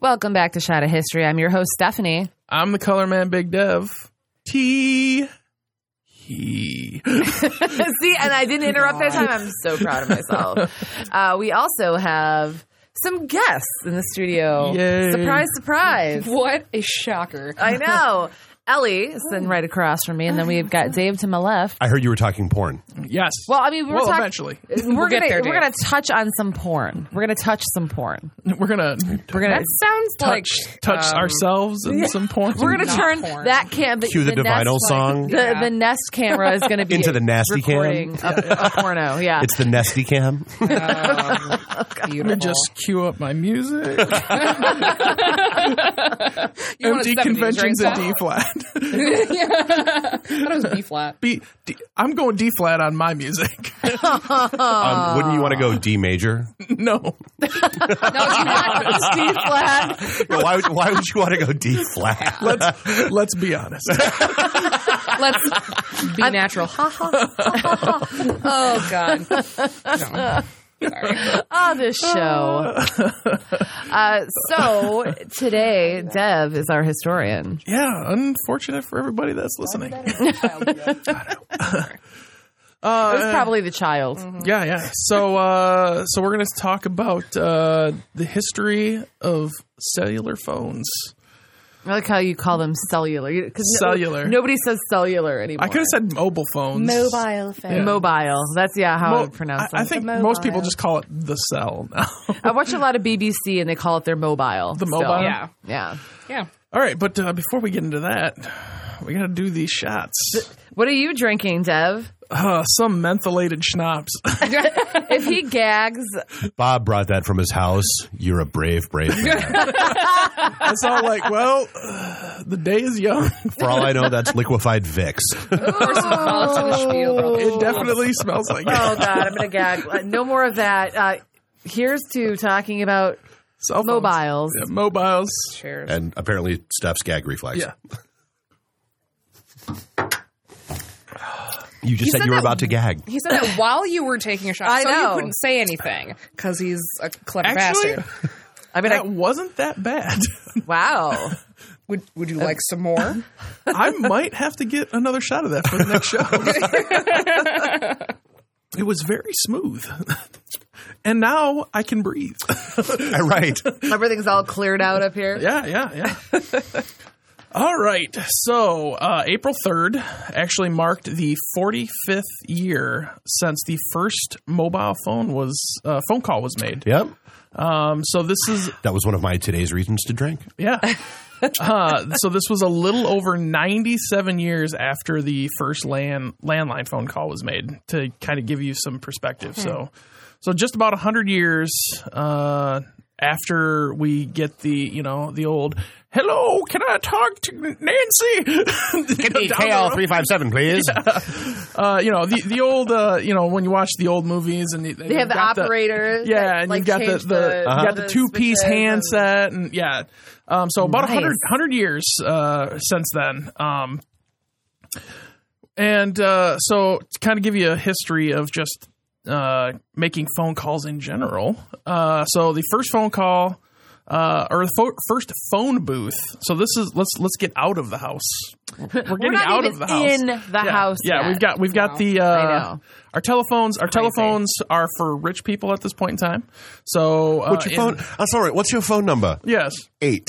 Welcome back to Shot of History. I'm your host, Stephanie. I'm the color man, Big Dev. T. He. See, and I didn't interrupt that time. I'm so proud of myself. Uh, we also have some guests in the studio. Yay. Surprise, surprise. What a shocker. I know. Ellie is sitting right across from me, and then we've got Dave to my left. I heard you were talking porn. Yes. Well, I mean, we're Well, talk- eventually We're We'll get gonna there, we're Dave. gonna touch on some porn. We're gonna touch some porn. we're gonna We're gonna That sounds like touch touch um, ourselves in some porn. we're gonna Not turn porn. that cam. Cue the Nest- Divinal song. The, the Nest camera is going to be Into the nasty cam? recording A, a porno. Yeah, It's the Nesty Cam. um, Let beautiful. me just cue up my music. You wanted Empty 70s, conventions right, at D flat. I thought it was B flat. B. D, I'm going D flat on my music. Um, wouldn't you want to go D major? no, No, it's not. Steve Flat. why, would, why would you want to go D flat? let's let's be honest. Let's be natural. Ha ha. ha, ha. oh God. No. Sorry. Oh, this show. Uh, so today, Dev is our historian. Yeah, unfortunate for everybody that's listening. Oh, It was probably the child. Yeah, yeah. So, uh, so we're going to talk about uh, the history of cellular phones. I like how you call them cellular. Because Cellular. nobody says cellular anymore. I could have said mobile phones. Mobile phone. Yeah. mobile. That's yeah how I Mo- would pronounce I, I them. think Mobile. most people just call it the cell now. I watch a lot of BBC and they call it their mobile. The still. mobile? yeah, yeah. Yeah. All right, but uh, before we get into that, we got to do these shots. What are you drinking, Dev? Uh, some mentholated schnapps. If he gags, Bob brought that from his house. You're a brave, brave man. It's all like, well, uh, the day is young. For all I know, that's liquefied Vicks. Follow to the spiel, brother. It definitely smells like oh god, I'm gonna gag. Uh, No more of that. Uh, here's to talking about cell phones. mobiles. Yeah, mobiles. Cheers. And apparently, Steph's gag reflex. Yeah. You just said, said you were that- about to gag. He said that while you were taking a shot, I so know. you couldn't say anything because he's a clever Actually, bastard. I mean, that I, wasn't that bad. wow. Would Would you like some more? I might have to get another shot of that for the next show. it was very smooth. And now I can breathe. right. Everything's all cleared out up here. yeah, yeah, yeah. All right. So, uh, April 3rd actually marked the 45th year since the first mobile phone was uh, phone call was made. Yep. Um, so this is That was one of my today's reasons to drink. yeah. Uh, so this was a little over 97 years after the first land landline phone call was made to kind of give you some perspective. So, so just about 100 years uh, after we get the you know the old hello, can I talk to Nancy? Get five seven, please. uh, you know the the old uh, you know when you watch the old movies and They have the operator. yeah, that, and like, you've got the, change the, you got the two switches piece and- handset, and yeah. Um, so about a Nice. 100, 100 years uh, since then. Um, and uh, so to kind of give you a history of just uh, making phone calls in general. Uh, so the first phone call. Uh, or the pho- first phone booth. So this is let's let's get out of the house. We're getting We're not out even of the house. in the yeah, house. Yeah, yet. we've got Uh, we've got Wow. the I uh, know. our telephones. Our telephones are for rich people at this point in time. So uh, What's your in- phone? I'm sorry. What's your phone number? Yes. Eight.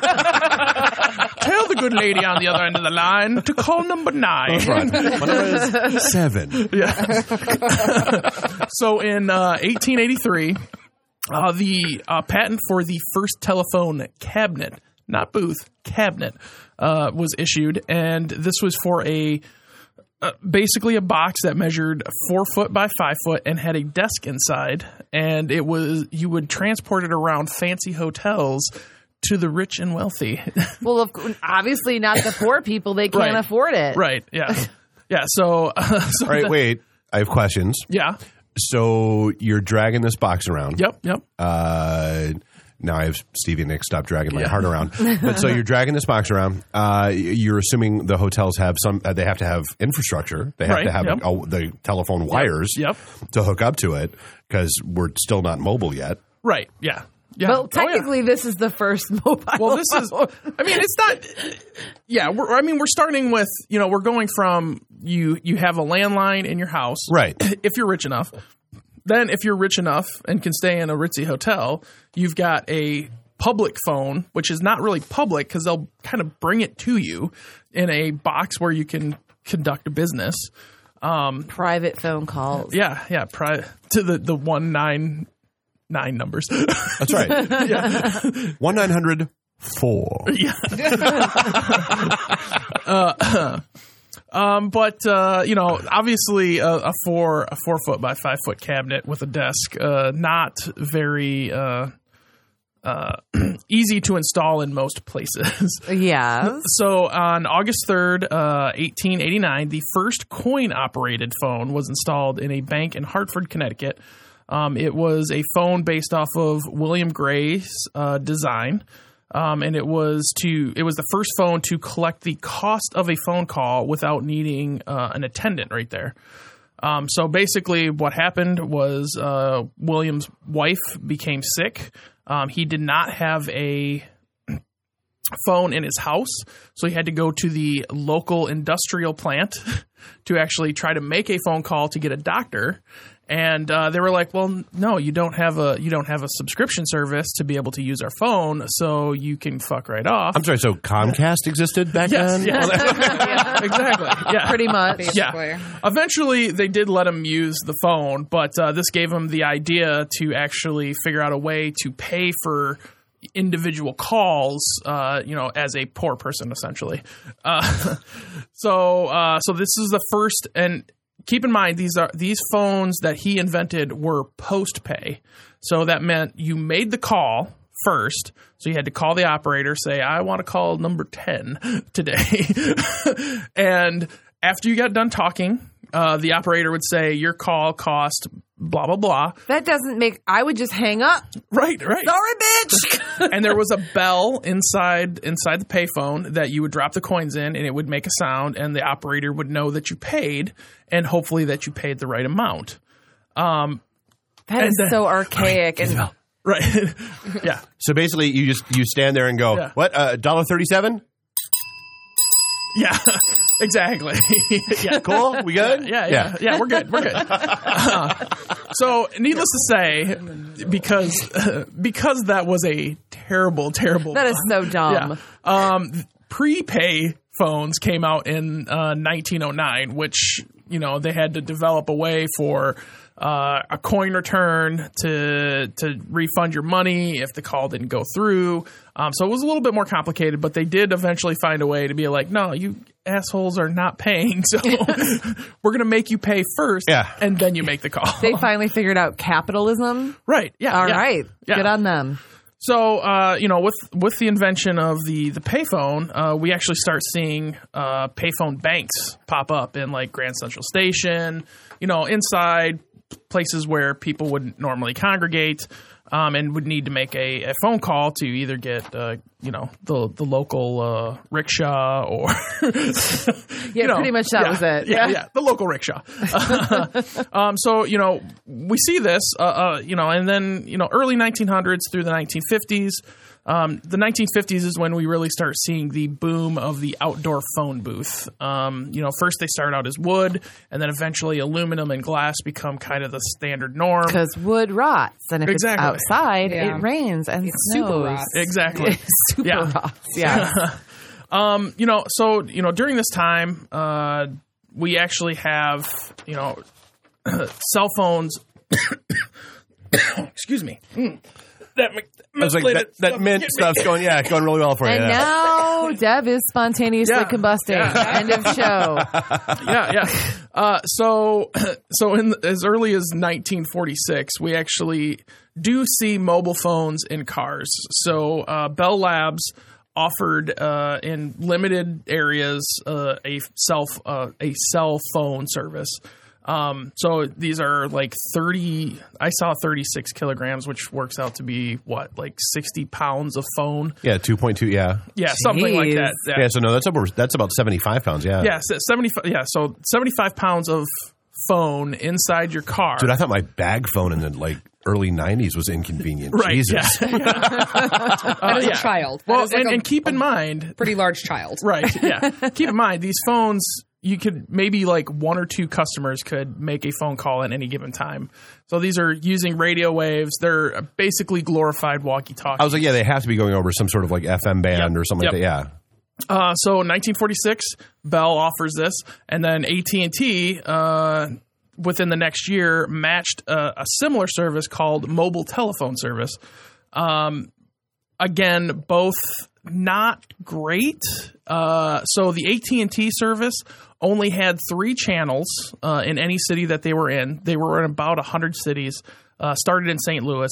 Tell the good lady on the other end of the line to call number nine. That's right. My number is seven. So in uh, 1883, uh, the uh, patent for the first telephone cabinet, not booth, cabinet, uh, was issued, and this was for a uh, basically a box that measured four foot by five foot and had a desk inside, and it was you would transport it around fancy hotels to the rich and wealthy. Well, of, cou- obviously not the poor people. They can't Right. afford it. right? Yeah, yeah. So, so All right, the- wait. I have questions. yeah, So you're dragging this box around. yep, yep. Uh, now I have Stevie and Nick stop dragging my heart around. But so you're dragging this box around. Uh, you're assuming the hotels have some. Uh, they have to have infrastructure. They have Right, to have yep. uh, the telephone wires. yep. To hook up to it because we're still not mobile yet. Right? Yeah, yeah. Well, Oh, yeah. technically, this is the first mobile. well this is i mean it's not yeah we're, i mean we're starting with you know we're going from you you have a landline in your house Right. if you're rich enough then if you're rich enough and can stay in a ritzy hotel you've got a public phone which is not really public because they'll kind of bring it to you in a box where you can conduct a business private phone calls. yeah yeah pri- to the the one nine nine numbers That's right. One nine hundred four. but uh, you know, obviously a, a four a four foot by five foot cabinet with a desk, uh, not very uh, uh, easy to install in most places. Yes. so on August third, uh, eighteen eighty nine, the first coin operated phone was installed in a bank in Hartford, Connecticut. Um, it was a phone based off of William Gray's uh, design. Um, and it was to it was the first phone to collect the cost of a phone call without needing uh, an attendant right there. Um, so basically, what happened was uh, William's wife became sick. Um, he did not have a phone in his house, so he had to go to the local industrial plant to actually try to make a phone call to get a doctor. And uh, they were like, "Well, no, you don't have a you don't have a subscription service to be able to use our phone, so you can fuck right off." I'm sorry. So Comcast existed back yes, then. yes. exactly. Yeah, Pretty much. basically. Eventually, they did let him use the phone, but uh, this gave him the idea to actually figure out a way to pay for individual calls. Uh, you know, as a poor person, essentially. Uh, so, uh, so this is the first, and keep in mind these are these phones that he invented were post pay, so that meant you made the call. First, so you had to call the operator, say, I want to call number 10 today. and after you got done talking, uh, the operator would say, Your call cost blah, blah, blah. That doesn't make. I would just hang up. Right, right. Sorry, bitch. and there was a bell inside inside the payphone that you would drop the coins in and it would make a sound and the operator would know that you paid and hopefully that you paid the right amount. That is so archaic. And Right. yeah. So basically, you just you stand there and go, Yeah. "What? Uh, Dollar thirty-seven? Yeah. exactly. yeah. Cool. We good? Yeah, yeah, yeah, We're good. We're good. Uh, so, needless to say, because because that was a terrible, terrible. that is so dumb. Yeah. Um, prepay phones came out in uh, 1909, which you know they had to develop a way for uh, a coin return to to refund your money if the call didn't go through. Um, so it was a little bit more complicated, but they did eventually find a way to be like, no, you assholes are not paying, so we're gonna make you pay first, Yeah. and then you make the call. They finally figured out capitalism. right? Yeah. All right. yeah. Yeah. Good on them. So uh, you know, with with the invention of the the payphone, uh, we actually start seeing uh, payphone banks pop up in like Grand Central Station, you know, inside places where people would normally congregate um, and would need to make a, a phone call to either get uh, you know the the local uh, rickshaw or Yeah, you know, pretty much that yeah, was it. Yeah, yeah, the local rickshaw. um, so you know, we see this, uh, uh, you know, and then you know, early 1900s through the 1950s. Um, the 1950s is when we really start seeing the boom of the outdoor phone booth. Um, you know, first they start out as wood, and then eventually aluminum and glass become kind of the standard norm. Because wood rots, and if Exactly. it's outside, Yeah. it rains and super snows. rots. Exactly. super Yeah. rots. Yeah. you know, so you know, during this time, uh, we actually have you know, cell phones. excuse me. that, mc- Hmm. I was like, methylated that, that stuff get mint me. stuff's going, yeah, going really well for you. And yeah. now Deb is spontaneously Yeah. combusting. End of show. yeah, yeah. Uh, so, so in as early as 1946, we actually do see mobile phones in cars. So, uh, Bell Labs offered uh, in limited areas uh, a cell uh, a cell phone service. Um, so these are like 30, I saw 36 kilograms, which works out to be what, like 60 pounds of phone? yeah, 2.2, yeah. Yeah, something like Jeez. that. Yeah, so no, that's over, that's about 75 pounds, yeah. Yeah, so 75 yeah, so 75 pounds of phone inside your car. Dude, I thought my bag phone in the like early 90s was inconvenient. right. Jesus. Yeah. Oh, That is yeah. a child. That well, is like and, a and keep in mind, pretty large child. right, yeah. keep in mind these phones you could maybe like one or two customers could make a phone call at any given time. So these are using radio waves. They're basically glorified walkie-talkie. I was like, yeah, they have to be going over some sort of like FM band or something like that. Uh, so 1946, Bell offers this, and then AT and T uh, within the next year matched uh, a, a similar service called mobile telephone service. Um, again, both not great. Uh, so the AT and T service only had three channels uh, in any city that they were in. They were in about hundred cities. Uh, started in St. Louis,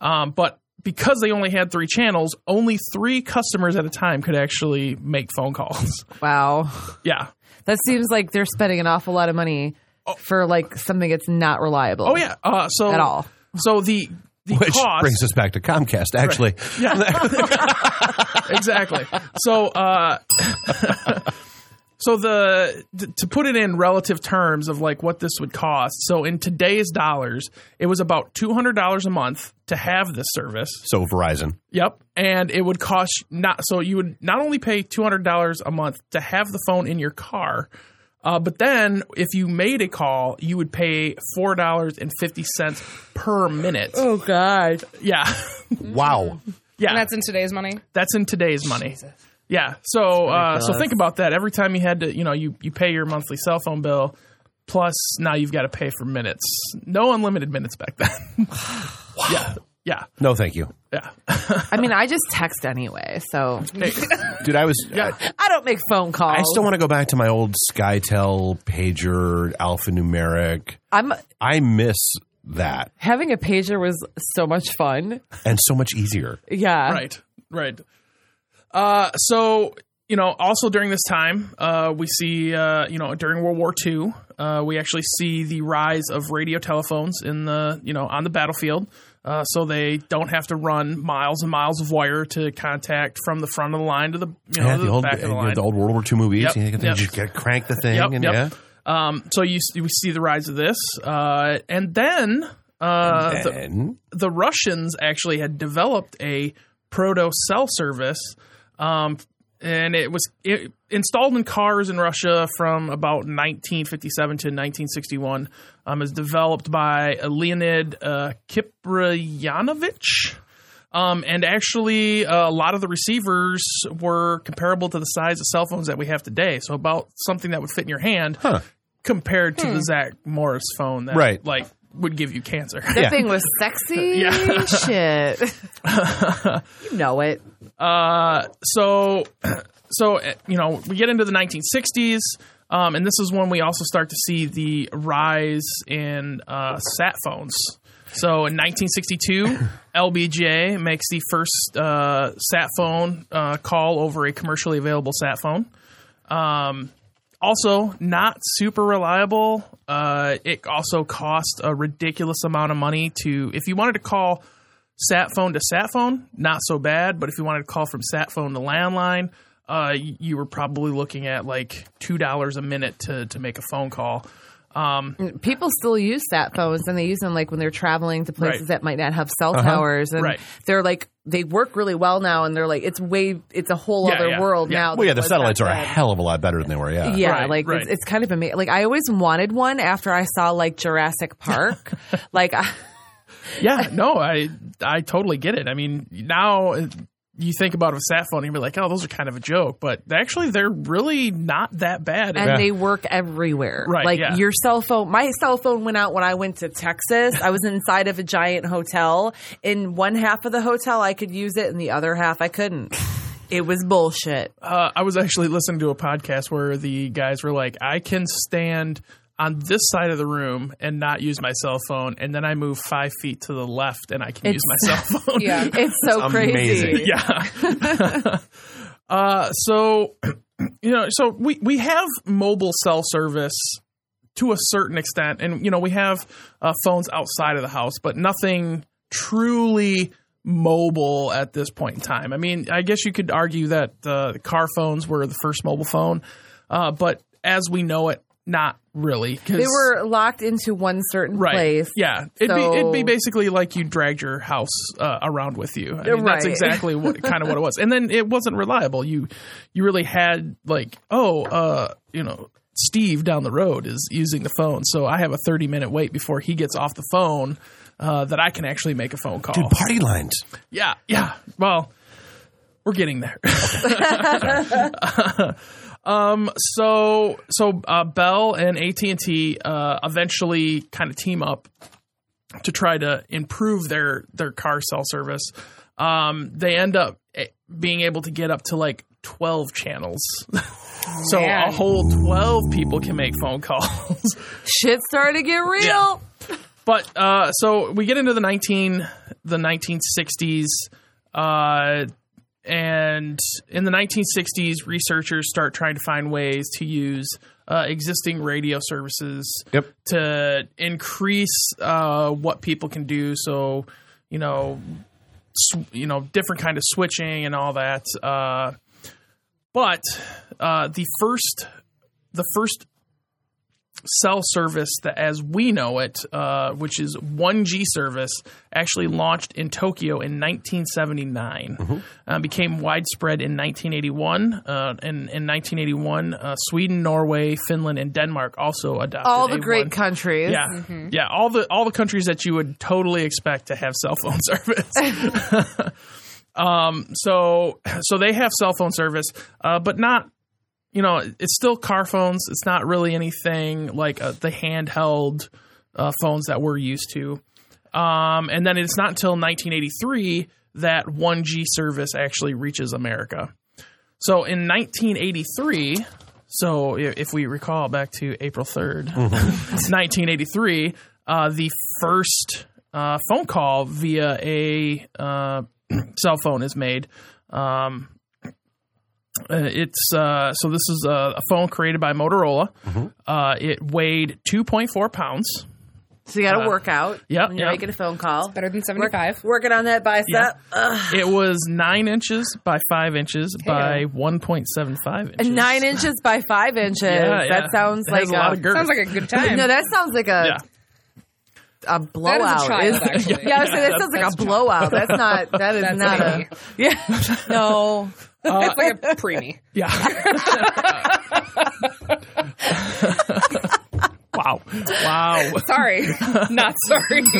um, but because they only had three channels, only three customers at a time could actually make phone calls. Wow. yeah. That seems like they're spending an awful lot of money for like something that's not reliable. Oh yeah. Uh, so At all. So the the Yeah. Which cost brings us back to Comcast, actually. exactly. So, uh, so the t- to put it in relative terms of like what this would cost. So in today's dollars, it was about two hundred dollars a month to have this service. So Verizon. Yep, and it would cost not so you would not only pay two hundred dollars a month to have the phone in your car. Uh, but then, if you made a call, you would pay four dollars and fifty cents per minute. Oh god. Yeah, Wow. yeah. And that's in today's money. That's in today's money. Yeah. So uh, so think about that. Every time you had to, you know, you, you pay your monthly cell phone bill, plus now you've got to pay for minutes. No unlimited minutes back then. Yeah. No, thank you. Yeah. I mean, I just text anyway, so Yeah. Dude, I was. I, I don't make phone calls. I still want to go back to my old SkyTel pager alphanumeric. I'm I miss that having a pager was so much fun. and so much easier. Yeah. right. Right. Uh, so you know, also during this time, uh, we see uh, you know during World War II, uh, we actually see the rise of radio telephones in the you know on the battlefield. Uh, so they don't have to run miles and miles of wire to contact from the front of the line to the you know yeah, to the, the, old back of the uh, line. the old World War II movies. Yep, you know, they yep. just get- crank the thing Yep, and yep. yeah. um, so you see, we see the rise of this, uh, and then uh, the- And the Russians actually had developed a proto cell service, um, and it was it, installed in cars in Russia from about 1957 to 1961. Um, it was developed by uh, Leonid uh, Kiprianovich. Um, and actually, uh, a lot of the receivers were comparable to the size of cell phones that we have today. So about something that would fit in your hand, compared to the Zach Morris phone that Right. like would give you cancer. That Yeah. thing was sexy Yeah. shit. you know it. Uh, so, so uh, you know, we get into the 1960s, um, and this is when we also start to see the rise in uh, sat phones. So in 1962, LBJ makes the first uh, sat phone uh, call over a commercially available sat phone. Um, also, not super reliable. Uh, it also cost a ridiculous amount of money to, if you wanted to call sat phone to sat phone, not so bad. But if you wanted to call from sat phone to landline, uh, y- you were probably looking at like two dollars a minute to to make a phone call. Um, People still use sat phones and they use them like when they're traveling to places Right. that might not have cell Uh-huh. towers and Right. they're like they work really well now and they're like it's way it's a whole Yeah, other yeah, world yeah. now. well, yeah, than the it was satellites are back a then. hell of a lot better than they were. Yeah. Yeah, Right, like right. It's, it's kind of amazing. Like I always wanted one after I saw like Jurassic Park. like I, yeah, no, I I totally get it. I mean, now uh, you think about a sat phone, you'd be like, oh, those are kind of a joke, but actually, they're really not that bad. and they work everywhere. Right, Like yeah. your cell phone, my cell phone went out when I went to Texas. I was inside of a giant hotel. In one half of the hotel, I could use it, and the other half, I couldn't. It was bullshit. Uh, I was actually listening to a podcast where the guys were like, I can stand on this side of the room and not use my cell phone, and then I move five feet to the left and I can use my cell phone. Yeah. It's so crazy. amazing. yeah. uh, so you know, so we we have mobile cell service to a certain extent, and you know we have uh, phones outside of the house, but nothing truly mobile at this point in time. I mean, I guess you could argue that uh, the car phones were the first mobile phone, uh, but as we know it, not really. 'cause- They were locked into one certain right. place. Yeah, it'd be it'd be So- basically like you dragged your house uh, around with you. I mean, Right. That's exactly what kind of what it was. And then it wasn't reliable. You you really had like oh uh you know Steve down the road is using the phone, so I have a thirty minute wait before he gets off the phone. Uh, that I can actually make a phone call. Dude, party lines. Yeah, yeah. Well, we're getting there. um. So so uh, Bell and AT and T uh, eventually kind of team up to try to improve their their car cell service. Um, they end up eh, being able to get up to like twelve channels. So a Man. whole 12 people can make phone calls. Shit started to get real. Yeah. But uh, so we get into the nineteen the nineteen sixties, uh, and in the nineteen sixties, researchers start trying to find ways to use uh, existing radio services Yep. to increase uh, what people can do. So you know, sw- you know, different kind of switching and all that. Uh, but uh, the first the first cell service that, as we know it, uh, which is 1G service, actually launched in Tokyo in 1979, uh, became widespread in 1981. Uh, and in 1981, uh, Sweden, Norway, Finland, and Denmark also adopted All the a great one- countries. yeah, yeah. All the all the countries that you would totally expect to have cell phone service. um, so so they have cell phone service, uh, but not. You know, it's still car phones. It's not really anything like uh, the handheld uh, phones that we're used to. Um, and then it's not until 1983 that 1G service actually reaches America. So in 1983, so i- if we recall back to April 3rd, 1983, uh, the first uh, phone call via a uh, cell phone is made. Um, uh, it's uh, so this is a, a phone created by Motorola. Uh, it weighed 2.4 pounds. So you got to work out. Uh, yep, When you're yep. making a phone call. Better than Work- 75. working on that bicep. Yeah. It was nine inches by five inches by 1.75 inches. uh, Nine inches by five inches. Yeah, yeah. That sounds It like has a lot of girth. Sounds like a good time. No, that sounds like yeah. a a blowout. child, Is- actually. yeah, I was saying that sounds like a That's blowout. That's not. That is That's not me. a. Yeah. No. That's like a preemie. Yeah. wow. Wow. Sorry. Not sorry.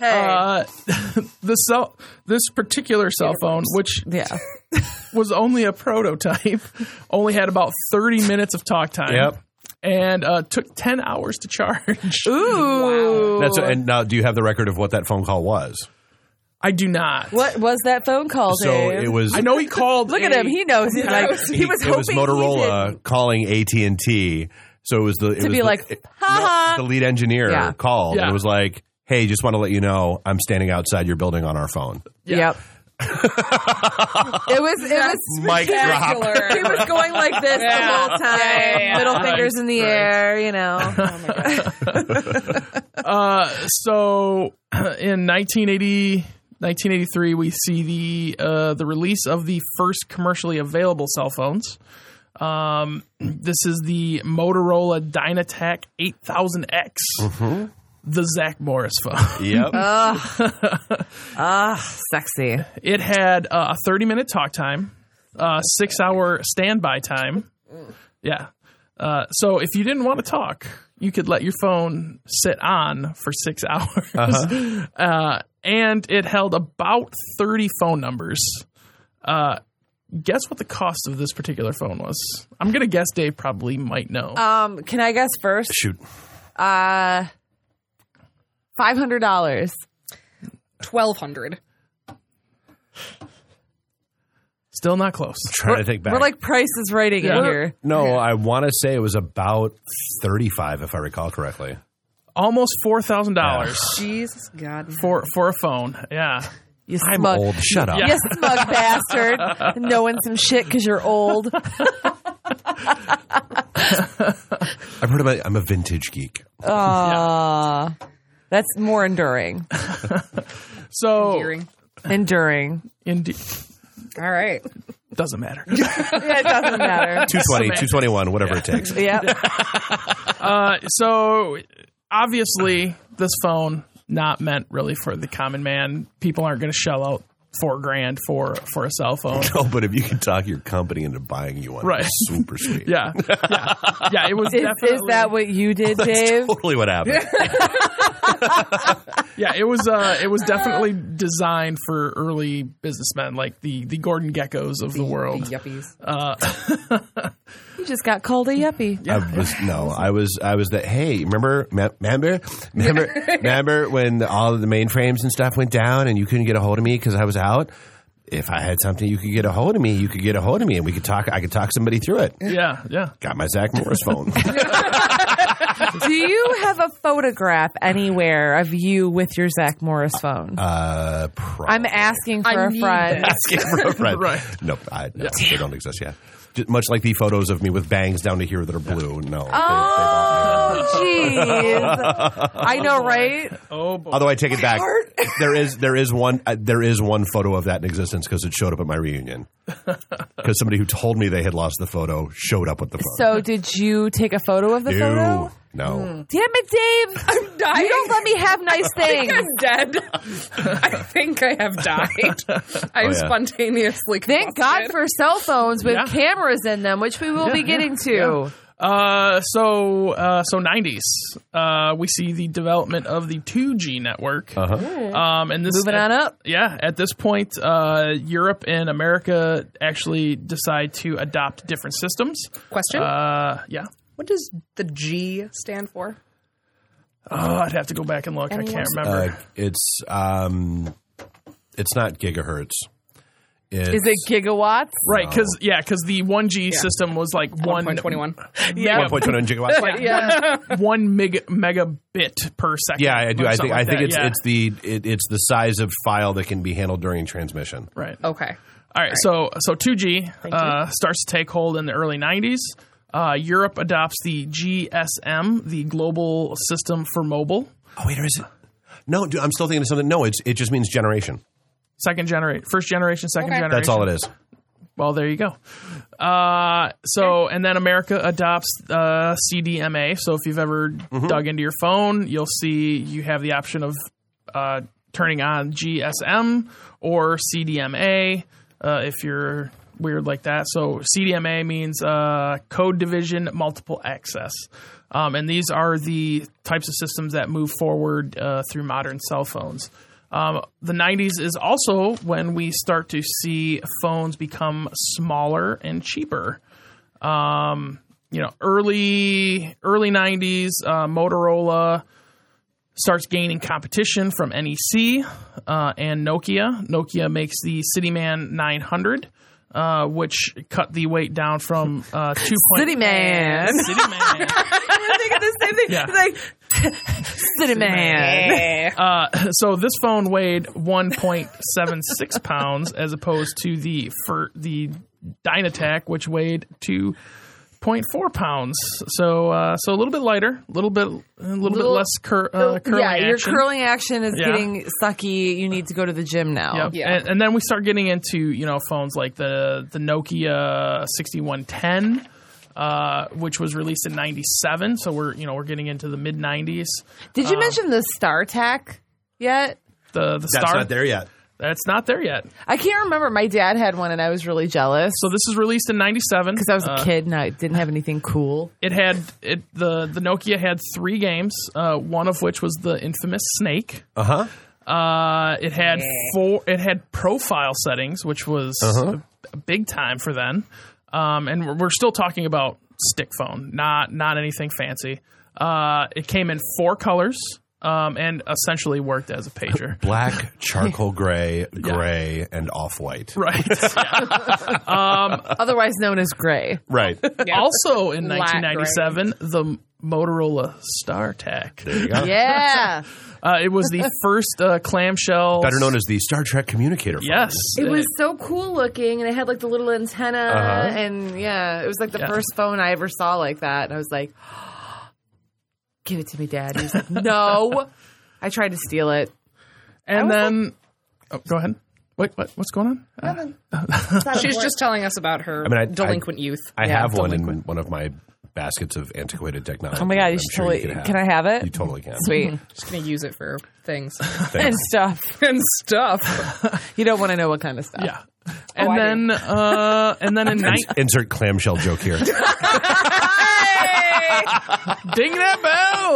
Hey. Uh, the cell, this particular cell phone, which yeah. was only a prototype, only had about 30 minutes of talk time. Yep. And uh, took 10 hours to charge. Ooh. That's and now, do you have the record of what that phone call was? I do not. What was that phone call? So Dave? it was. I know he called. Look at a- him. He knows. He's like he was it hoping was he Motorola calling AT and T. So it was the it To was be the, like, it- "Ha-ha." no, the lead engineer Yeah. called Yeah. and was like, "Hey, just want to let you know, I'm standing outside your building on our phone." didn't. Yep. it was. It was. Mic drop. He was going like this the whole time, yeah, yeah. middle Right, fingers in the right. air. You know. Uh, so in 1980, 1983, we see the uh, the release of the first commercially available cell phones. Um, this is the Motorola Dynatac 8000X, the Zach Morris phone. Yep. Uh, Ah, sexy. It had uh, a 30 minute talk time, uh, six hour standby time. Yeah. Uh, so if you didn't want to talk, you could let your phone sit on for six hours. uh and it held about 30 phone numbers. Uh, guess what the cost of this particular phone was? I'm gonna guess Dave probably might know. Um, can I guess first? Shoot. Uh, five hundred dollars. Twelve hundred. Still not close. Trying to think back. We're like Price is Writing Yeah. in here. no, I want to say it was about 35, if I recall correctly. Almost four thousand dollars Jesus God. for for a phone. Yeah. You I'm smug, old. Shut up. you smug bastard, knowing some shit because you're old. I've heard about I'm a vintage geek. Uh, that's more enduring. So Endearing. Enduring. Indeed, All right. doesn't matter. It doesn't matter. 220, 221, whatever it takes. Yep. Uh, so obviously, this phone not meant really for the common man. People aren't going to shell out four grand for for a cell phone. No, but if you can talk your company into buying you one, Right. it's super sweet. Yeah, yeah, yeah. It was Is, definitely is that what you did, Dave? Totally what happened. yeah. It was uh, it was definitely designed for early businessmen like the the Gordon Geckos of the world. The yuppies. You just got called a yuppie. I was no, I was I was that. Hey, remember, me- remember, remember, remember when all of the mainframes and stuff went down and you couldn't get a hold of me because I was out. If I had something, you could get a hold of me. You could get a hold of me, and we could talk. I could talk somebody through it. Yeah, yeah. Got my Zach Morris phone. Do you have a photograph anywhere of you with your Zach Morris phone? uh, pro- I'm asking for I a need friend. right. Right. No, I, no they don't exist yet. Just much like the photos of me with bangs down to here that are blue. No. they- they don't. Oh, jeez. I know, right? Oh boy. Although I take it back, there is there is one uh, there is one photo of that in existence because it showed up at my reunion. Because somebody who told me they had lost the photo showed up with the photo. So, did you take a photo of the Ew. photo? no, Hmm. Damn it, Dave. I'm dying. You don't let me have nice things. I'm dead. I think I have Oh, died. I yeah. spontaneously. Thank God combusted. for cell phones with Yeah. cameras in them, which we will be getting to. Uh, so uh, so 90s. Uh, we see the development of the 2G network. Uh-huh. Um, and this Moving on up. Yeah, at this point, uh, Europe and America actually decide to adopt different systems. Question: Uh, yeah. What does the G stand for? Oh, I'd have to go back and look. I can't remember. Uh, it's um, it's not gigahertz. It's, Is it gigawatts? right, because yeah, because the 1G Yeah. system was like one One twenty one. Yeah, 1.29 gigawatts? Yeah. one meg- megabit per second. Yeah, I do. or I think something I like think that. it's Yeah. it's the it, it's the size of file that can be handled during transmission. right. Okay. All right, so so 2G uh, starts to take hold in the early 90s. Uh, Europe adopts the GSM, the Global System for Mobile, Oh wait, or is it? No, dude, I'm still thinking of something. No, it's it just means generation. second generation, first generation, second Okay. generation. That's all it is. Well, there you go. Uh, so, and then America adopts uh, CDMA. So, if you've ever Mm-hmm. dug into your phone, you'll see you have the option of uh, turning on GSM or CDMA uh, if you're weird like that. So, CDMA means uh, code division multiple access. Um, and these are the types of systems that move forward uh, through modern cell phones. Um, the 90s is also when we start to see phones become smaller and cheaper. Um, you know, early early 90s, uh, Motorola starts gaining competition from NEC uh, and Nokia. Nokia makes the Cityman 900, uh, which cut the weight down from uh, 2. City man. Cityman. I'm thinking the same thing. Yeah. It's like, City man. Uh, so this phone weighed 1.76 pounds as opposed to the for the Dynatac, which weighed 2.4 pounds. So uh, so a little bit lighter, a little bit a little, bit Little- less cur- uh, curling Oh, yeah, your action. curling action is Yeah. getting sucky. You need to go to the gym now. Yep. Yeah. And, and then we start getting into you know phones like the the Nokia 6110. Uh, which was released in '97, so we're you know we're getting into the mid '90s. Did uh, you mention the StarTAC yet? The the That's star not there yet. that's not there yet. I can't remember. My dad had one, and I was really jealous So this is released in Uh, '97 because I was Uh. a kid and I didn't have anything cool. it had it the the Nokia had three games, uh, one of which was the infamous Snake. Uh huh. Uh, it had four. It had profile settings, which was Uh-huh. a, a big time for then. Um, and we're, we're still talking about stick phone, not not anything fancy. Uh, it came in four colors um, and essentially worked as a pager. Black, charcoal gray, gray, and off white. Right. Otherwise known as gray. Right. Also in Black, right? 1997, the Motorola StarTAC. Yeah. Uh, it was the first uh, clamshell. Better known as the Star Trek communicator. phone. Yes. it was so cool looking and it had like the little antenna Uh-huh. and yeah, it was like the Yeah. first phone I ever saw like that. And I was like, give it to me, dad. He was like, no. I tried to steal it. And then, oh, go ahead. Wait, what? What's going on? Uh, She's just telling us about her I mean, I- delinquent youth. I have one in one of my baskets of antiquated technology. Oh my god, I'm you should sure totally. could have. can I have it? You totally can. Sweet She's gonna use it for things and stuff. and stuff. You don't want to know what kind of stuff. yeah. Oh, And then, uh, and then in night, Insert clamshell joke here. ding that bell.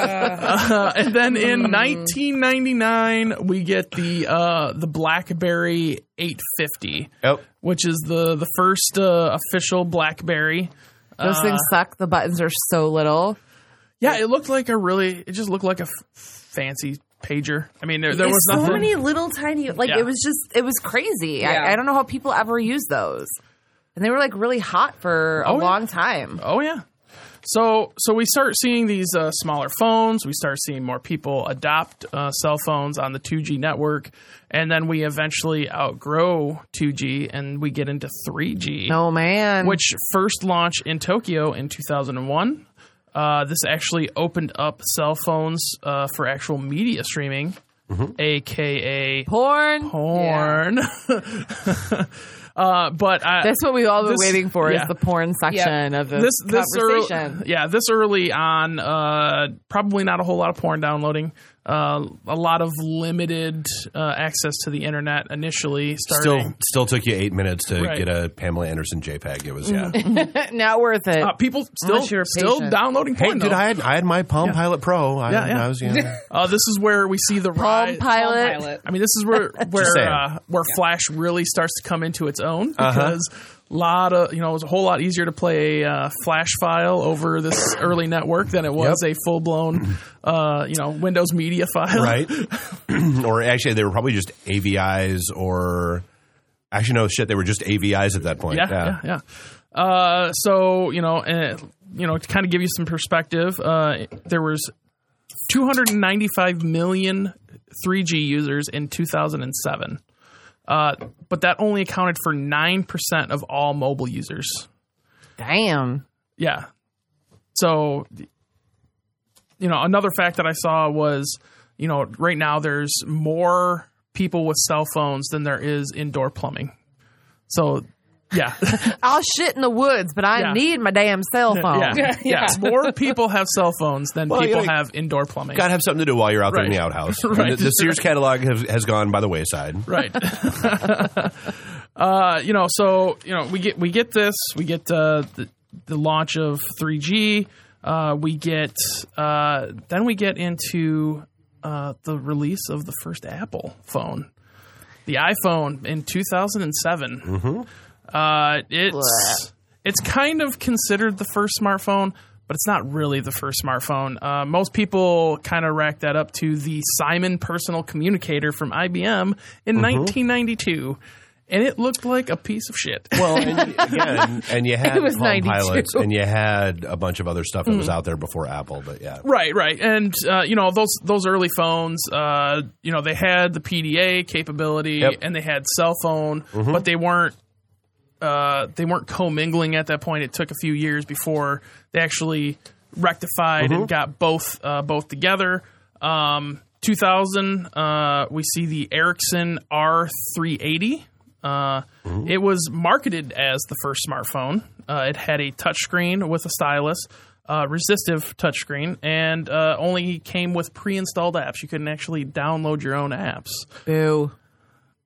Uh, and then in 1999, we get the uh, the BlackBerry 850, oh, which is the the first uh, official BlackBerry. Those things Uh. suck. The buttons are so little. Yeah, it looked like a really. It just looked like a f- fancy pager. I mean, there, there was It's so nothing. many little tiny like Yeah. it was just it was crazy. Yeah. I, I don't know how people ever use those. And they were like really hot for a Oh, yeah. long time. Oh yeah. So so we start seeing these uh, smaller phones. We start seeing more people adopt uh, cell phones on the 2G network, and then we eventually outgrow 2G and we get into 3G, Oh man. which first launched in Tokyo in 2001. Uh, this actually opened up cell phones uh, for actual media streaming, aka porn. porn. uh, but I, That's what we all been This- waiting for yeah. is the porn section of the this this early, conversation. yeah this early on uh, probably not a whole lot of porn downloading uh, a lot of limited uh, access to the internet initially starting still, still took you eight minutes to Right. get a Pamela Anderson JPEG. It was yeah. Not worth it. uh, people still Unless you were still patient. downloading hey, porn dude, though. I had I had my Palm Pilot Pro. I, Yeah, yeah. I was yeah. uh, this is where we see the Palm rise pilot. Pilot. I mean, this is where where saying. Uh-huh. uh, where Flash really starts to come into its own because a lot of you know it was a whole lot easier to play a uh, Flash file over this early network than it was a full blown uh, you know Windows Media file. right? or actually, they were probably just AVIs, or actually, no shit, they were just AVIs at that point. Yeah, yeah, yeah. Uh, so you know, uh, you know, to kind of give you some perspective, uh, there was 295 million 3G users in 2007, uh, but that only accounted for nine percent of all mobile users. Damn. Yeah. So, you know, another fact that I saw was, you know, right now there's more people with cell phones than there is indoor plumbing. So, yeah. I'll shit in the woods, but I Yeah. need my damn cell Oh. phone. Yeah. yeah. More people have cell phones than Well, people yeah, have indoor plumbing. Gotta have something to do while you're out there in Right. the outhouse. Right. And the, the Sears catalog has, has gone by the wayside. Right. uh, you know, so you know, we get we get this, we get uh, the the launch of 3G. Uh, we get uh, then we get into uh, the release of the first Apple phone, the iPhone in 2007. Uh, it's it's kind of considered the first smartphone, but it's not really the first smartphone. Uh, most people kind of rack that up to the Simon personal communicator from IBM in 1992, and it looked like a piece of shit. Well, and, yeah, and, and you had It was Palm 92. Pilots, and you had a bunch of other stuff that was Mm. out there before Apple. But yeah, Right, right, and uh, you know those those early phones, uh, you know they had the PDA capability Yep. and they had cell phone, but they weren't uh, they weren't commingling at that point. It took a few years before they actually rectified and got both uh, both together. Um, 2000, uh, we see the Ericsson R380. Uh, It was marketed as the first smartphone. Uh, it had a touchscreen with a stylus, uh, resistive touchscreen, and uh, only came with pre-installed apps. You couldn't actually download your own apps. Boo.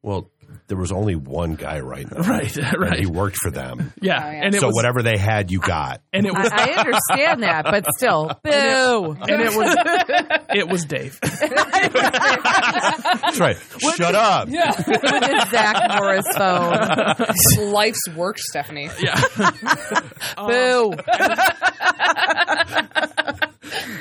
well, there was only one guy writing them. Right, And he right. worked for them. Yeah, yeah. and it so was whatever they had, you got. and it was I understand that, but still, boo. and it was it was Dave. That's right. Shut up. It's Zach Morris phone. Life's work, Stephanie. Oh. Boo.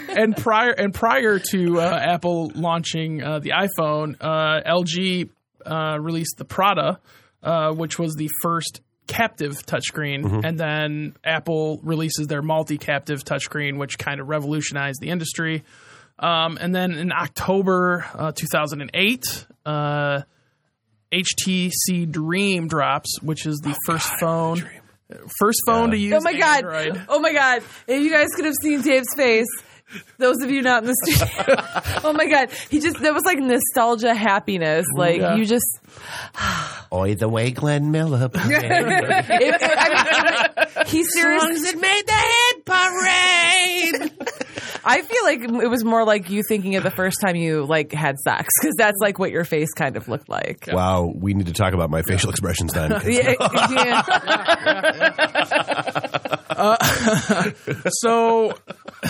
and prior and prior to uh, Apple launching uh, the iPhone, uh, LG uh, released the Prada, uh, which was the first captive touchscreen, and then Apple releases their multi-captive touchscreen, which kind of revolutionized the industry. Um, and then in October uh, 2008. Uh, HTC Dream drops, which is the first phone, first phone to use. Oh my god! Android. Oh my god! If you guys could have seen Dave's face. Those of you not in the studio. oh my god, he just that was like nostalgia happiness. Like Yeah. you just Oi, the way Glenn Miller. played. it, I mean, he seriously made the hit parade. I feel like it was more like you thinking of the first time you like had sex because that's like what your face kind of looked like. wow, we need to talk about my facial expressions then. 'cause Yeah, yeah. so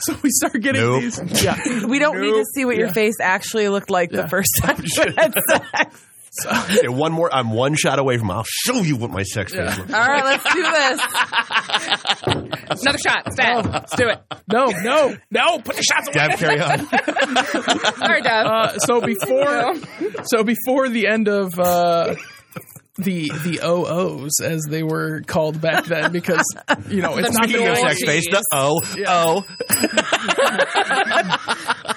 so we start getting Nope. these yeah We don't need to see what your face actually looked like the first time you had sex. Okay, one more. I'm one shot away from. I'll show you what my sex face looks like. All right, let's do this. Another shot. Oh. Stat. Let's do it. no no no put the shots away Dab, carry on. All right, Dev. uh, so before so before the end of uh the the OOs as they were called back then because you know it's not Speaking gonna of work. sex face, the O O.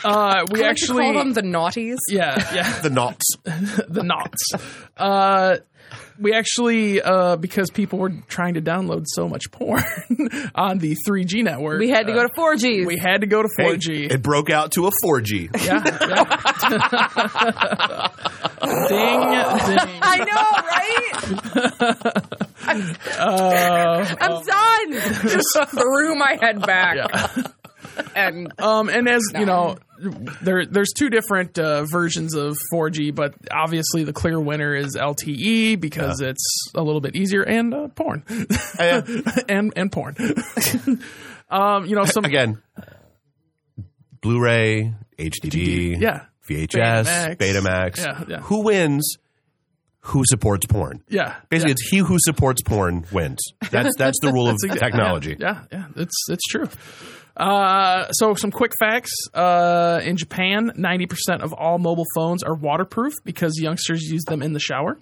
uh we I like to actually call them the naughties. yeah yeah the knots. the knots. Uh, we actually, uh, because people were trying to download so much porn on the 3G network, uh, We had to go to 4Gs. we had to go to 4G. It broke out to a 4G. yeah, yeah. ding, ding. I know, right? I'm, I'm done. Just threw my head back. And Um, and as you know, there there's two different uh, versions of 4G, but obviously the clear winner is LTE because it's a little bit easier and uh, porn, and and porn. um, you know, some Again, Blu-ray, HDD, yeah. Betamax. VHS, Betamax. Yeah, yeah. Who wins? Who supports porn? yeah, Basically, it's he who supports porn wins. That's that's the rule of technology. Yeah, yeah, it's it's true. Uh, so some quick facts. Uh, in Japan, ninety percent of all mobile phones are waterproof because youngsters use them in the shower.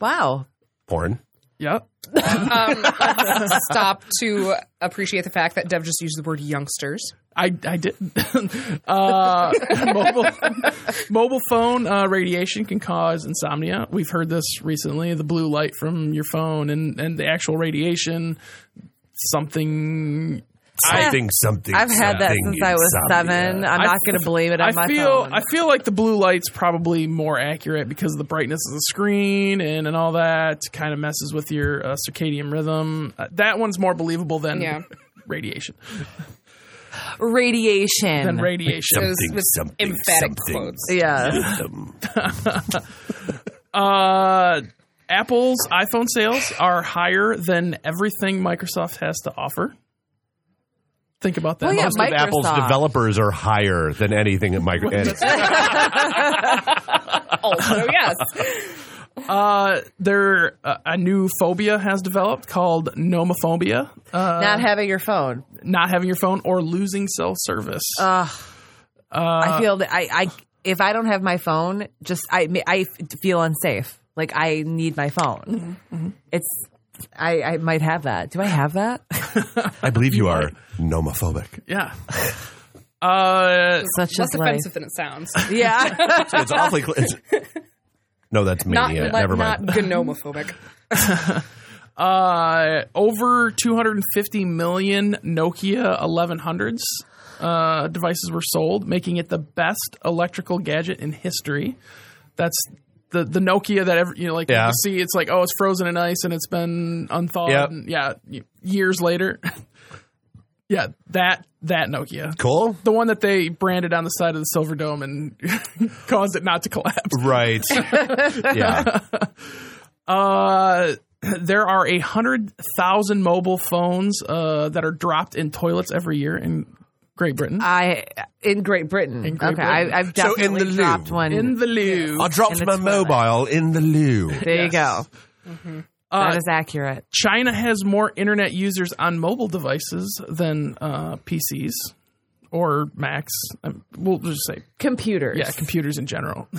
Wow. Porn. Yep. stop to appreciate the fact that Dev just used the word youngsters. I, I did. uh, mobile, mobile phone uh, radiation can cause insomnia. We've heard this recently. The blue light from your phone and, and the actual radiation, something Something, something. I've had that something since I was insomnia. seven. I'm I not f- going to blame it on I my feel phone. I feel like the blue light's probably more accurate because of the brightness of the screen and, and all that kind of messes with your uh, circadian rhythm. Uh, that one's more believable than Yeah. radiation Radiation. than radiation. It was Something, with something, emphatic something. quotes. yeah. Some- Uh, Apple's iPhone sales are higher than everything Microsoft has to offer. Think about that. Well, yeah, Most of Apple's Microsoft. developers are higher than anything at micro. and- Also, yes. uh, there uh, a new phobia has developed called nomophobia. Uh, Not having your phone. not having your phone or losing cell service. Uh, I feel that I, I if I don't have my phone, just I I feel unsafe. Like I need my phone. mm-hmm. It's I, I might have that. Do I have that? I believe you are nomophobic. yeah. Uh, Such Less as life. offensive than it sounds. Yeah. It's awfully. Cl- it's- no, that's Not, mania. like, Never not mind. gnomophobic. uh, over 250 million Nokia 1100s uh, devices were sold, making it the best electrical gadget in history. That's the the Nokia that ever you know like Yeah. you see it's like oh it's frozen in ice and it's been unthawed Yep. and, yeah y- years later. Yeah, that that Nokia. Cool. The one that they branded on the side of the Silver Dome and caused it not to collapse. Right. yeah. Uh, there are a hundred thousand mobile phones uh, that are dropped in toilets every year in Great Britain. I in Great Britain. In Great okay, Britain. I, I've So in definitely the loo. dropped one. in the loo. I dropped In the my toilet. mobile in the loo. there you go. Uh, Mm-hmm. that is accurate. China has more internet users on mobile devices than uh, PCs or Macs. Um, We'll just say Computers. yeah, computers in general.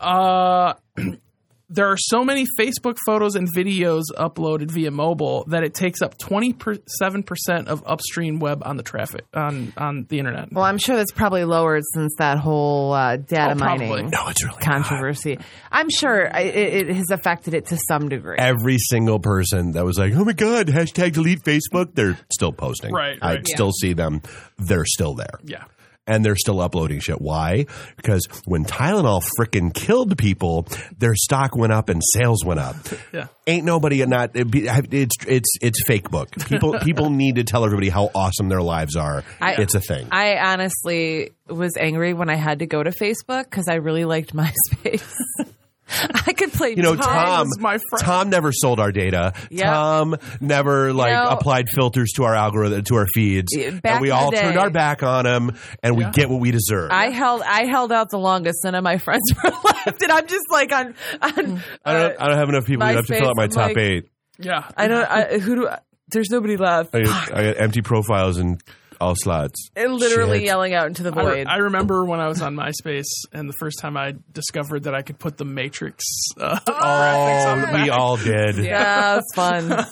Uh, there are so many Facebook photos and videos uploaded via mobile that it takes up twenty seven percent of upstream web on the traffic on on the internet. Well, I'm sure that's probably lowered since that whole uh, data Oh, probably. mining No, it's really controversy. I'm sure I- it, it has affected it to some degree. every single person that was like, "Oh my god, hashtag delete Facebook," they're still posting. Right, I right. still see them. They're still there, yeah, and they're still uploading shit. Why? Because when Tylenol frickin' killed people, their stock went up and sales went up. yeah. Ain't nobody not it be- it's it's it's fake book. People people need to tell everybody how awesome their lives are. I- it's a thing. I honestly was angry when I had to go to Facebook because I really liked MySpace. I could play. you know, Tom. was my friend. Tom never sold our data. Yeah. Tom never like know- applied filters to our algorithm to our feeds, Yeah, back and we in the all day- turned our back on him, and we get what we deserve. I held I held out the longest. None of my friends were left, and I'm just like on uh, on. I don't. I don't have enough people left to fill out my MySpace, top like- eight. Yeah. I don't. I, who do? I, there's nobody left. I got, I got empty profiles and all slots. And literally Shit. yelling out into the I, void. I remember when I was on MySpace and the first time I discovered that I could put the Matrix. Uh, Ah! Oh, we all did. yeah, it's fun. uh,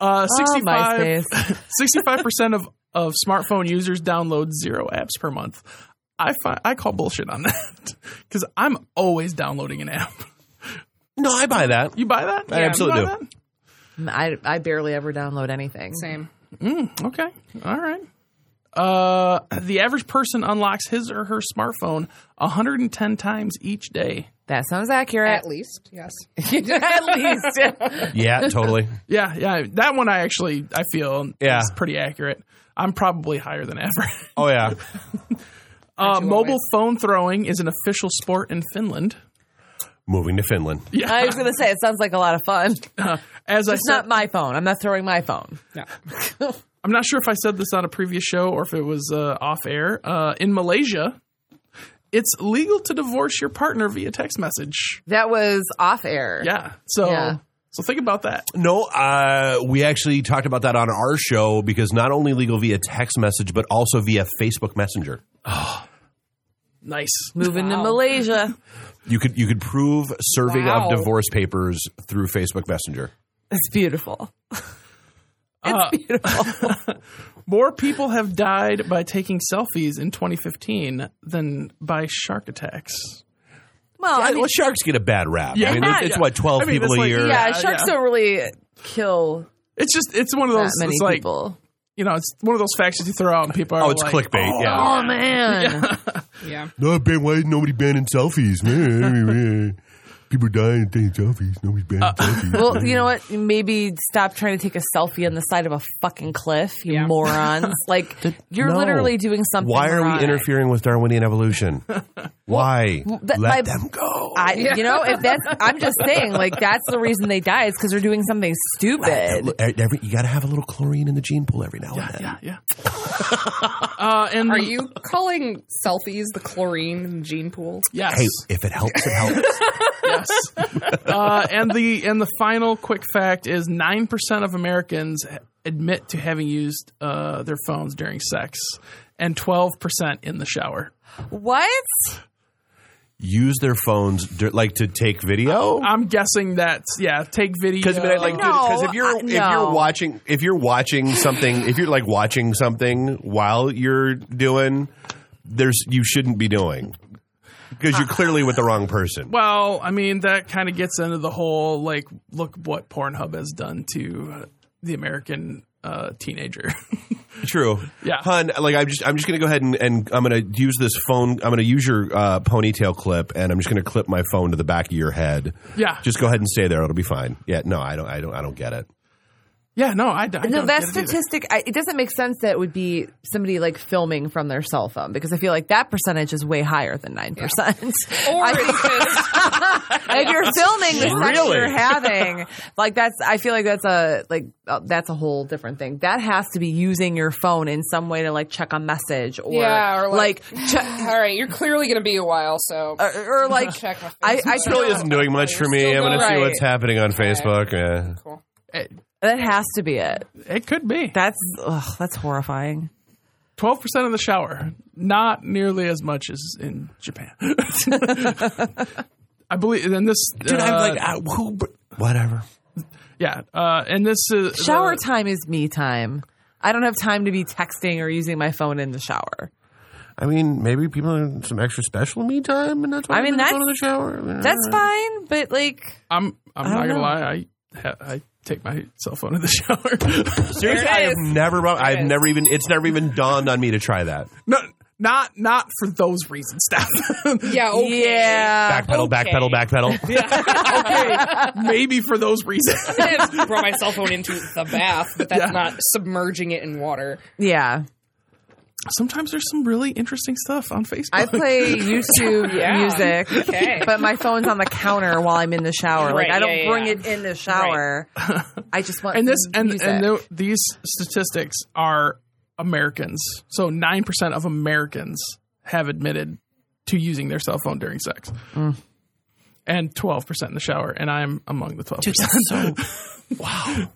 Oh, 65 MySpace. 65% of, of smartphone users download zero apps per month. I find, I call bullshit on that because I'm always downloading an app. No, I buy that. You buy that? I absolutely You buy do. I, I barely ever download anything. Same. that? Okay. All right. Uh, the average person unlocks his or her smartphone 110 times each day. That sounds accurate. At least, yes. At least. Yeah, totally. Yeah, yeah. That one I actually I feel Yeah. is pretty accurate. I'm probably higher than average. Oh yeah. Uh, you mobile always? phone throwing is an official sport in Finland. Moving to Finland. I was going to say, it sounds like a lot of fun. As I It's said, not my phone. I'm not throwing my phone. I'm not sure if I said this on a previous show or if it was uh, off air. Uh, in Malaysia, it's legal to divorce your partner via text message. That was off air. Yeah. So Yeah. so think about that. No, uh, we actually talked about that on our show because not only legal via text message, but also via Facebook Messenger. Nice. Moving to Malaysia. You could you could prove serving Wow. of divorce papers through Facebook Messenger. It's beautiful. Uh, more people have died by taking selfies in 2015 than by shark attacks. Well, I I mean, well, sharks get a bad rap. Yeah. I mean, it's, it's what twelve I mean, people it's a like- year. yeah, yeah, sharks yeah. don't really kill It's just it's one of those that many it's like people. you know it's one of those facts that you throw out and people are Oh, it's like, clickbait. yeah. Oh, man. Yeah. No, ban, why is nobody banning selfies? Man, people dying and taking selfies. Nobody's Uh, banning selfies. Well, you know what? Maybe stop trying to take a selfie on the side of a fucking cliff, you Yeah. morons. Like, you're no. literally doing something Why are wrong. we interfering with Darwinian evolution? Why? that- Let my- them go. I, you know, if that's, I'm just saying, like, that's the reason they die is because they're doing something stupid. Look, every- you got to have a little chlorine in the gene pool every now and then. yeah yeah. uh, and Are you calling selfies the chlorine in the gene pool? yes Hey, if it helps, it helps. yes. Uh, and the and the final quick fact is nine percent of Americans admit to having used uh, their phones during sex, and twelve percent in the shower. What? Use their phones dur- like to take video. I'm guessing that's yeah. Take video Because like, No, because if you're I- if you're no. watching if you're watching something if you're like watching something while you're doing, there's you shouldn't be doing because you're clearly with the wrong person. well, I mean that kind of gets into the whole like look what Pornhub has done to uh, the American uh, teenager. True. Yeah. Hun, like I'm just I'm just gonna go ahead and, and I'm gonna use this phone. I'm gonna use your uh, ponytail clip, and I'm just gonna clip my phone to the back of your head. yeah. Just go ahead and stay there. It'll be fine. Yeah. No, I don't. I don't. I don't get it. Yeah, no, I, I don't No, that get it either. statistic, I, it doesn't make sense that it would be somebody like filming from their cell phone because I feel like that percentage is way higher than 9%. Or I- it's just if you're filming the sex you're having, like that's, I feel like that's a, like, uh, that's a whole different thing. That has to be using your phone in some way to like check a message or, Yeah, or, like- check. all right. You're clearly going to be a while, so Uh, Or, or like, check my I, I This really isn't doing much for me. I'm going to see Right. what's happening on Facebook. Yeah. that has to be it. it could be That's ugh, that's horrifying. twelve percent of the shower. Not nearly as much as in Japan. I believe. And this, Dude, uh, I'm like, I, who, whatever. yeah, uh, and this is Shower time is me time. I don't have time to be texting or using my phone in the shower. I mean, maybe people are some extra special me time, and that's why I mean, they go that's- to the shower. Mm. That's fine, but like, I'm I'm not don't gonna know. lie. I ha- I take my cell phone in the shower. Seriously, I have never. run- I've never even. It's never even dawned on me to try that. no, not not for those reasons, Steph. yeah, okay. yeah, Backpedal, backpedal, backpedal. Maybe for those reasons. I just brought my cell phone into the bath, but that's Yeah. not submerging it in water. yeah. Sometimes there's some really interesting stuff on Facebook. I play YouTube Yeah. music, Okay. but my phone's on the counter while I'm in the shower. Right, like I don't yeah, yeah, bring yeah. it in the shower. I just want and this and music. and tho- these statistics are Americans. So nine percent of Americans have admitted to using their cell phone during sex, and twelve percent in the shower. And I'm among the twelve percent. So, wow.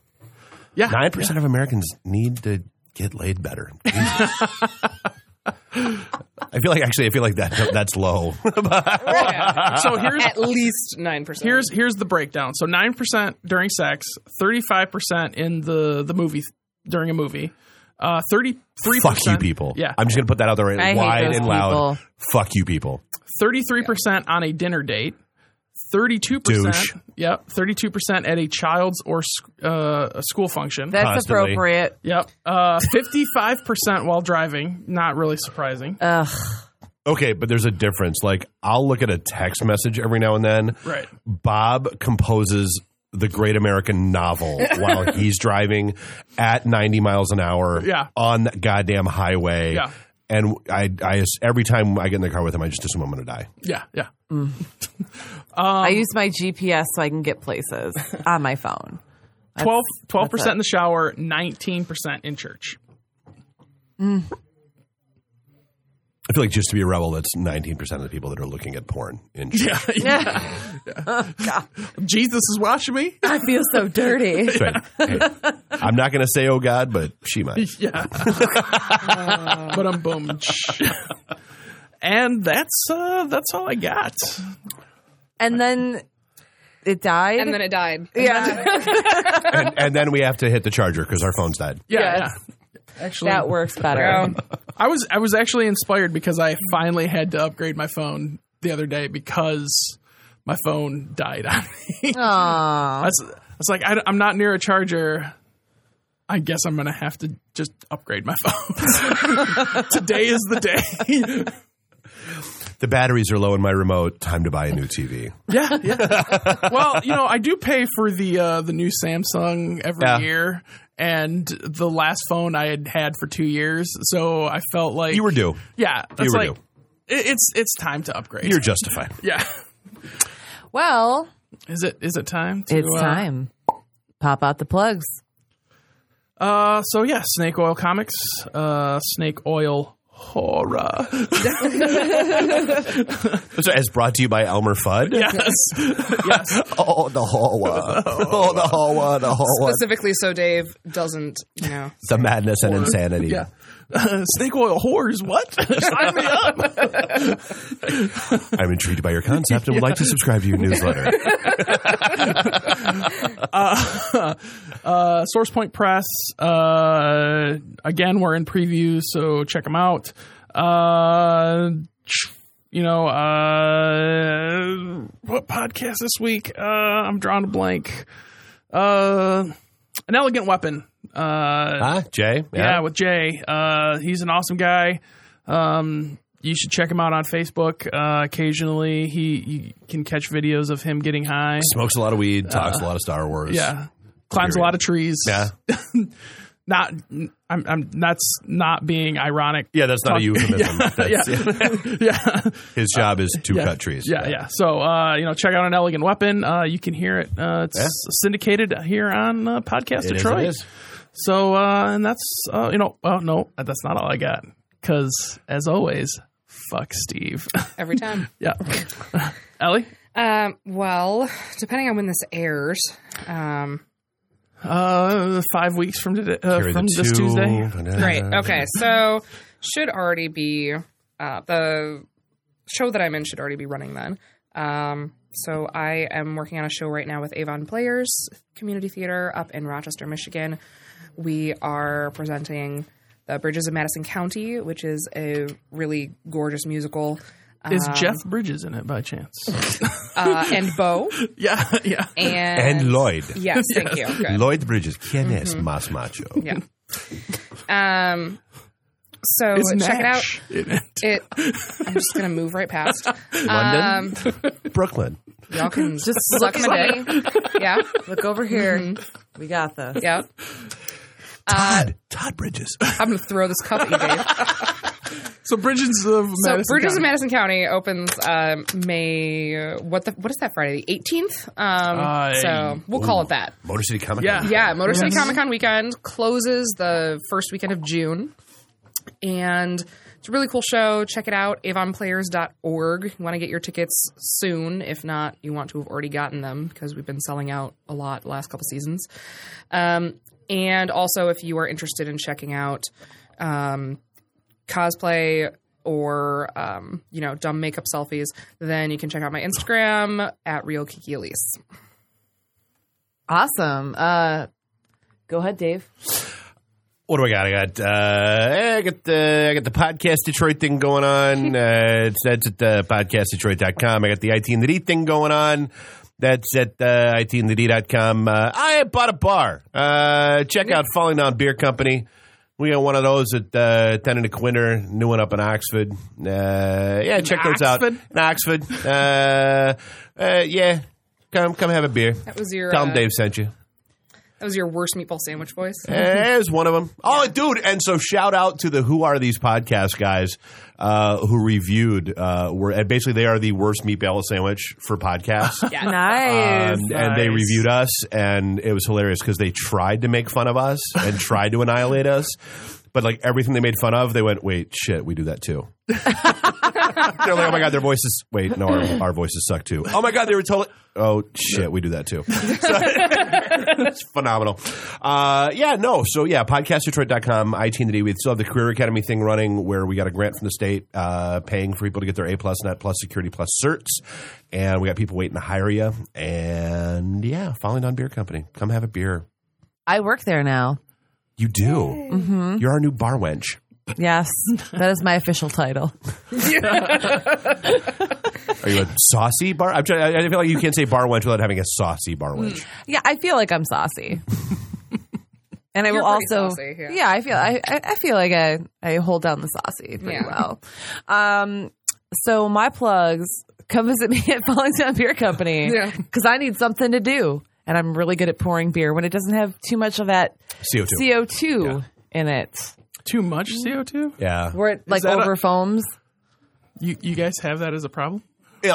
Yeah, Nine percent of Americans need to get laid better. Jesus. I feel like actually, I feel like that that's low. So here's At least nine percent. here's here's the breakdown. So nine percent during sex, thirty five percent in the the movie during a movie, uh, thirty three Fuck you, percent people. Yeah, I'm just gonna put that out there right, I hate wide those and people. loud. Fuck you, people. thirty three percent on a dinner date, thirty two percent. Douche. Yep, thirty two percent at a child's or sc- uh, a school function. That's constantly. appropriate. yep, fifty five percent while driving. Not really surprising. Ugh. Okay, but there's a difference. Like I'll look at a text message every now and then. Right. Bob composes the Great American Novel while he's driving at 90 miles an hour Yeah. on that goddamn highway. Yeah. And I, I, every time I get in the car with him, I just assume I'm going to die. yeah, yeah. Um, I use my GPS so I can get places on my phone. 12 percent in the shower, nineteen percent in church. I feel like just to be a rebel, that's 19% of the people that are looking at porn. In Yeah, Jesus is watching me. I feel so dirty. That's right. Hey, I'm not going to say, oh God, but she might. Yeah. but I'm bummed. Uh. and that's uh that's all I got. And then it died. and then it died. yeah, And, and then we have to hit the charger because our phone's died. Yeah. Yes. yeah. Actually, that works better. I was I was actually inspired because I finally had to upgrade my phone the other day because my phone died on me. Aw. I was, I was like, I, am not near a charger. I guess I'm gonna have to just upgrade my phone. Today is the day. The batteries are low in my remote. Time to buy a new TV. Yeah, yeah. well, you know, I do pay for the uh, the new Samsung every Yeah. year, and the last phone I had had for two years, so I felt like You were due. yeah, that's were like due. it, it's it's time to upgrade. You're justified. yeah, Well, is it is it time? To, it's uh, time. Pop out the plugs. Uh, so yeah, Snake Oil Comics, uh, Snake Oil Horror. So as brought to you by Elmer Fudd. yes, yes. Oh, the whole one. Oh, the whole one. The whole one. Specifically, so Dave doesn't, you know. The madness and insanity. Yeah. Snake Oil Whores. What? Sign me up. I'm intrigued by your concept and would like to subscribe to your newsletter. uh, Source Point Press. Uh, again, we're in preview, so check them out. Uh, you know, uh, what podcast this week? Uh, I'm drawing a blank. Uh, an elegant weapon. Uh, huh, Jay? yeah. with Jay. Uh, he's an awesome guy. Um, you should check him out on Facebook. Uh, occasionally, he you can catch videos of him getting high. Smokes a lot of weed, talks a lot of Star Wars. Uh-huh. Yeah. climbs a lot of trees. Yeah. Not, I'm, I'm, that's not being ironic. Yeah, that's not a Talk- euphemism. That's- yeah. His job is to yeah. cut trees. Yeah, yeah. So, uh, you know, check out an elegant weapon. Uh, you can hear it. Uh, it's Yeah. syndicated here on uh, Podcast It is, Detroit. it is. So, uh, and that's uh, you know, oh no, that's not all I got. Because as always, fuck Steve. every time. yeah, Ellie. Um, well, depending on when this airs, um, Uh, five weeks from today, uh, Carry the from this two. Tuesday. Right. Uh, Okay. So should already be uh, the show that I'm in should already be running then. Um, so I am working on a show right now with Avon Players Community Theater up in Rochester, Michigan. We are presenting the Bridges of Madison County, which is a really gorgeous musical. Is Uh-huh. Jeff Bridges in it by chance? Uh, and Bo yeah, yeah. and And Lloyd. Yes, thank you. Good. Lloyd Bridges. ¿Quién es más macho? Yeah. Um. So Is check it out. Nash in it? It. I'm just gonna move right past. Um, London? Brooklyn. Y'all can just look suck my dick. Yeah. Look over here. We got this. Yeah. Todd. Todd Bridges. I'm gonna throw this cup at you, Dave. So Bridges of So Madison Bridges County. of Madison County opens um, May what the what is that Friday the 18th? Um, Uh, so we'll call it that. Motor City Comic Yeah. Con. Yeah, Motor City Yes. Comic Con weekend closes the first weekend of June. And it's a really cool show. Check it out, avonplayers.org. You want to get your tickets soon. If not, you want to have already gotten them because we've been selling out a lot the last couple seasons. Um, and also, if you are interested in checking out um, cosplay or um, you know dumb makeup selfies, then you can check out my Instagram at real Kiki Elise. Awesome. Uh, go ahead, Dave. What do I got? I got uh, I got the I got the podcast Detroit thing going on. Uh, it's that's at uh, podcastdetroit.com. I got the IT and the D thing going on. That's at uh, IT and the D.com. Uh, I bought a bar. Uh, check out Falling Down Beer Company. We got one of those at uh, Ten and a Quinter, new one up in Oxford. Uh, yeah, check those out. Oxford? In Oxford. Uh, uh, yeah, come come have a beer. That was your Tell them uh, Dave sent you. That was your worst meatball sandwich voice. Eh, It was one of them. Oh, dude! And so shout out to the Who Are These podcast guys uh, who reviewed. Uh, were and basically they are the worst meatball sandwich for podcasts. Yeah. Nice. Um, And they Nice. reviewed us, and it was hilarious because they tried to make fun of us and tried to annihilate us. But like everything they made fun of, they went, "Wait, shit, we do that too." they're like, "Oh my god, their voices." Wait, no, our, our voices suck too. Oh my god, they were totally. Oh shit, we do that too. So- it's phenomenal. Uh, yeah, no. So yeah, podcastdetroit.com, IT and the D. We still have the Career Academy thing running where we got a grant from the state uh, paying for people to get their A plus, net plus, security plus certs. And we got people waiting to hire you. And yeah, Falling Down Beer Company. Come have a beer. I work there now. You do. You're our new bar wench. Yes, that is my official title. Are you a saucy bar? I'm trying, I I feel like you can't say bar wench without having a saucy bar wench. Yeah, I feel like I'm saucy. And I You're will pretty also, saucy, yeah. I feel, I, I I feel like I, I hold down the saucy pretty Yeah. well. Um, so my plugs, come visit me at Falling Down Beer Company, Yeah. because I need something to do, and I'm really good at pouring beer when it doesn't have too much of that CO2. CO two in it, Too much CO two. yeah. where it like that a- over foams. You you guys have that as a problem?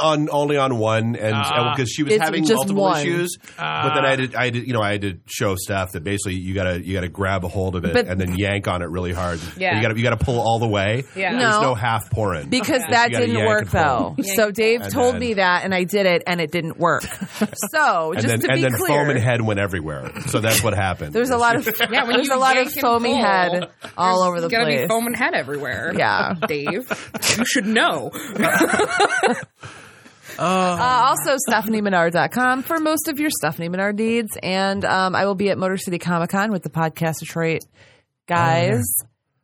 on only on one, and because she was It's having just multiple one. issues. but then I did, I did, you know, I had to show staff that basically you gotta you gotta grab a hold of it But- and then yank on it really hard. Yeah. you gotta you gotta pull all the way. Yeah. there's No. no half pouring. because Just that you gotta didn't yank work and pull. though. So Dave And told then- me that, and I did it, and it didn't work. So And just then to be and then clear, foam and head went everywhere. So that's what happened. there's a lot of Yeah, when there's you a lot of yank and foamy pull, head all over the Gonna be place. foam and head everywhere. Yeah. Dave, you should know. Uh, also, StephanieMenard.com for most of your Stephanie Menard needs, and um, I will be at Motor City Comic Con with the podcast Detroit guys.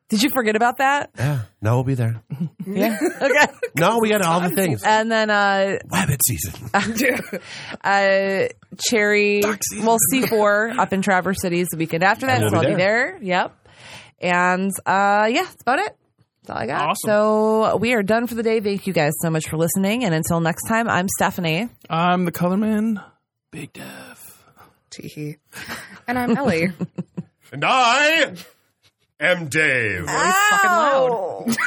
Did you forget about that? yeah. No, we'll be there. Yeah. okay. No, we got all the things. And then uh, Rabbit season. uh, Cherry, well, C4 up in Traverse City is the weekend after that. And so we'll I'll be be there. Yep. And uh, yeah, that's about it. That's all I got. Awesome. So we are done for the day. Thank you guys so much for listening. And until next time, I'm Stephanie. I'm the color man, Big Dev. Teehee. And I'm Ellie. And I am Dave. Fucking loud.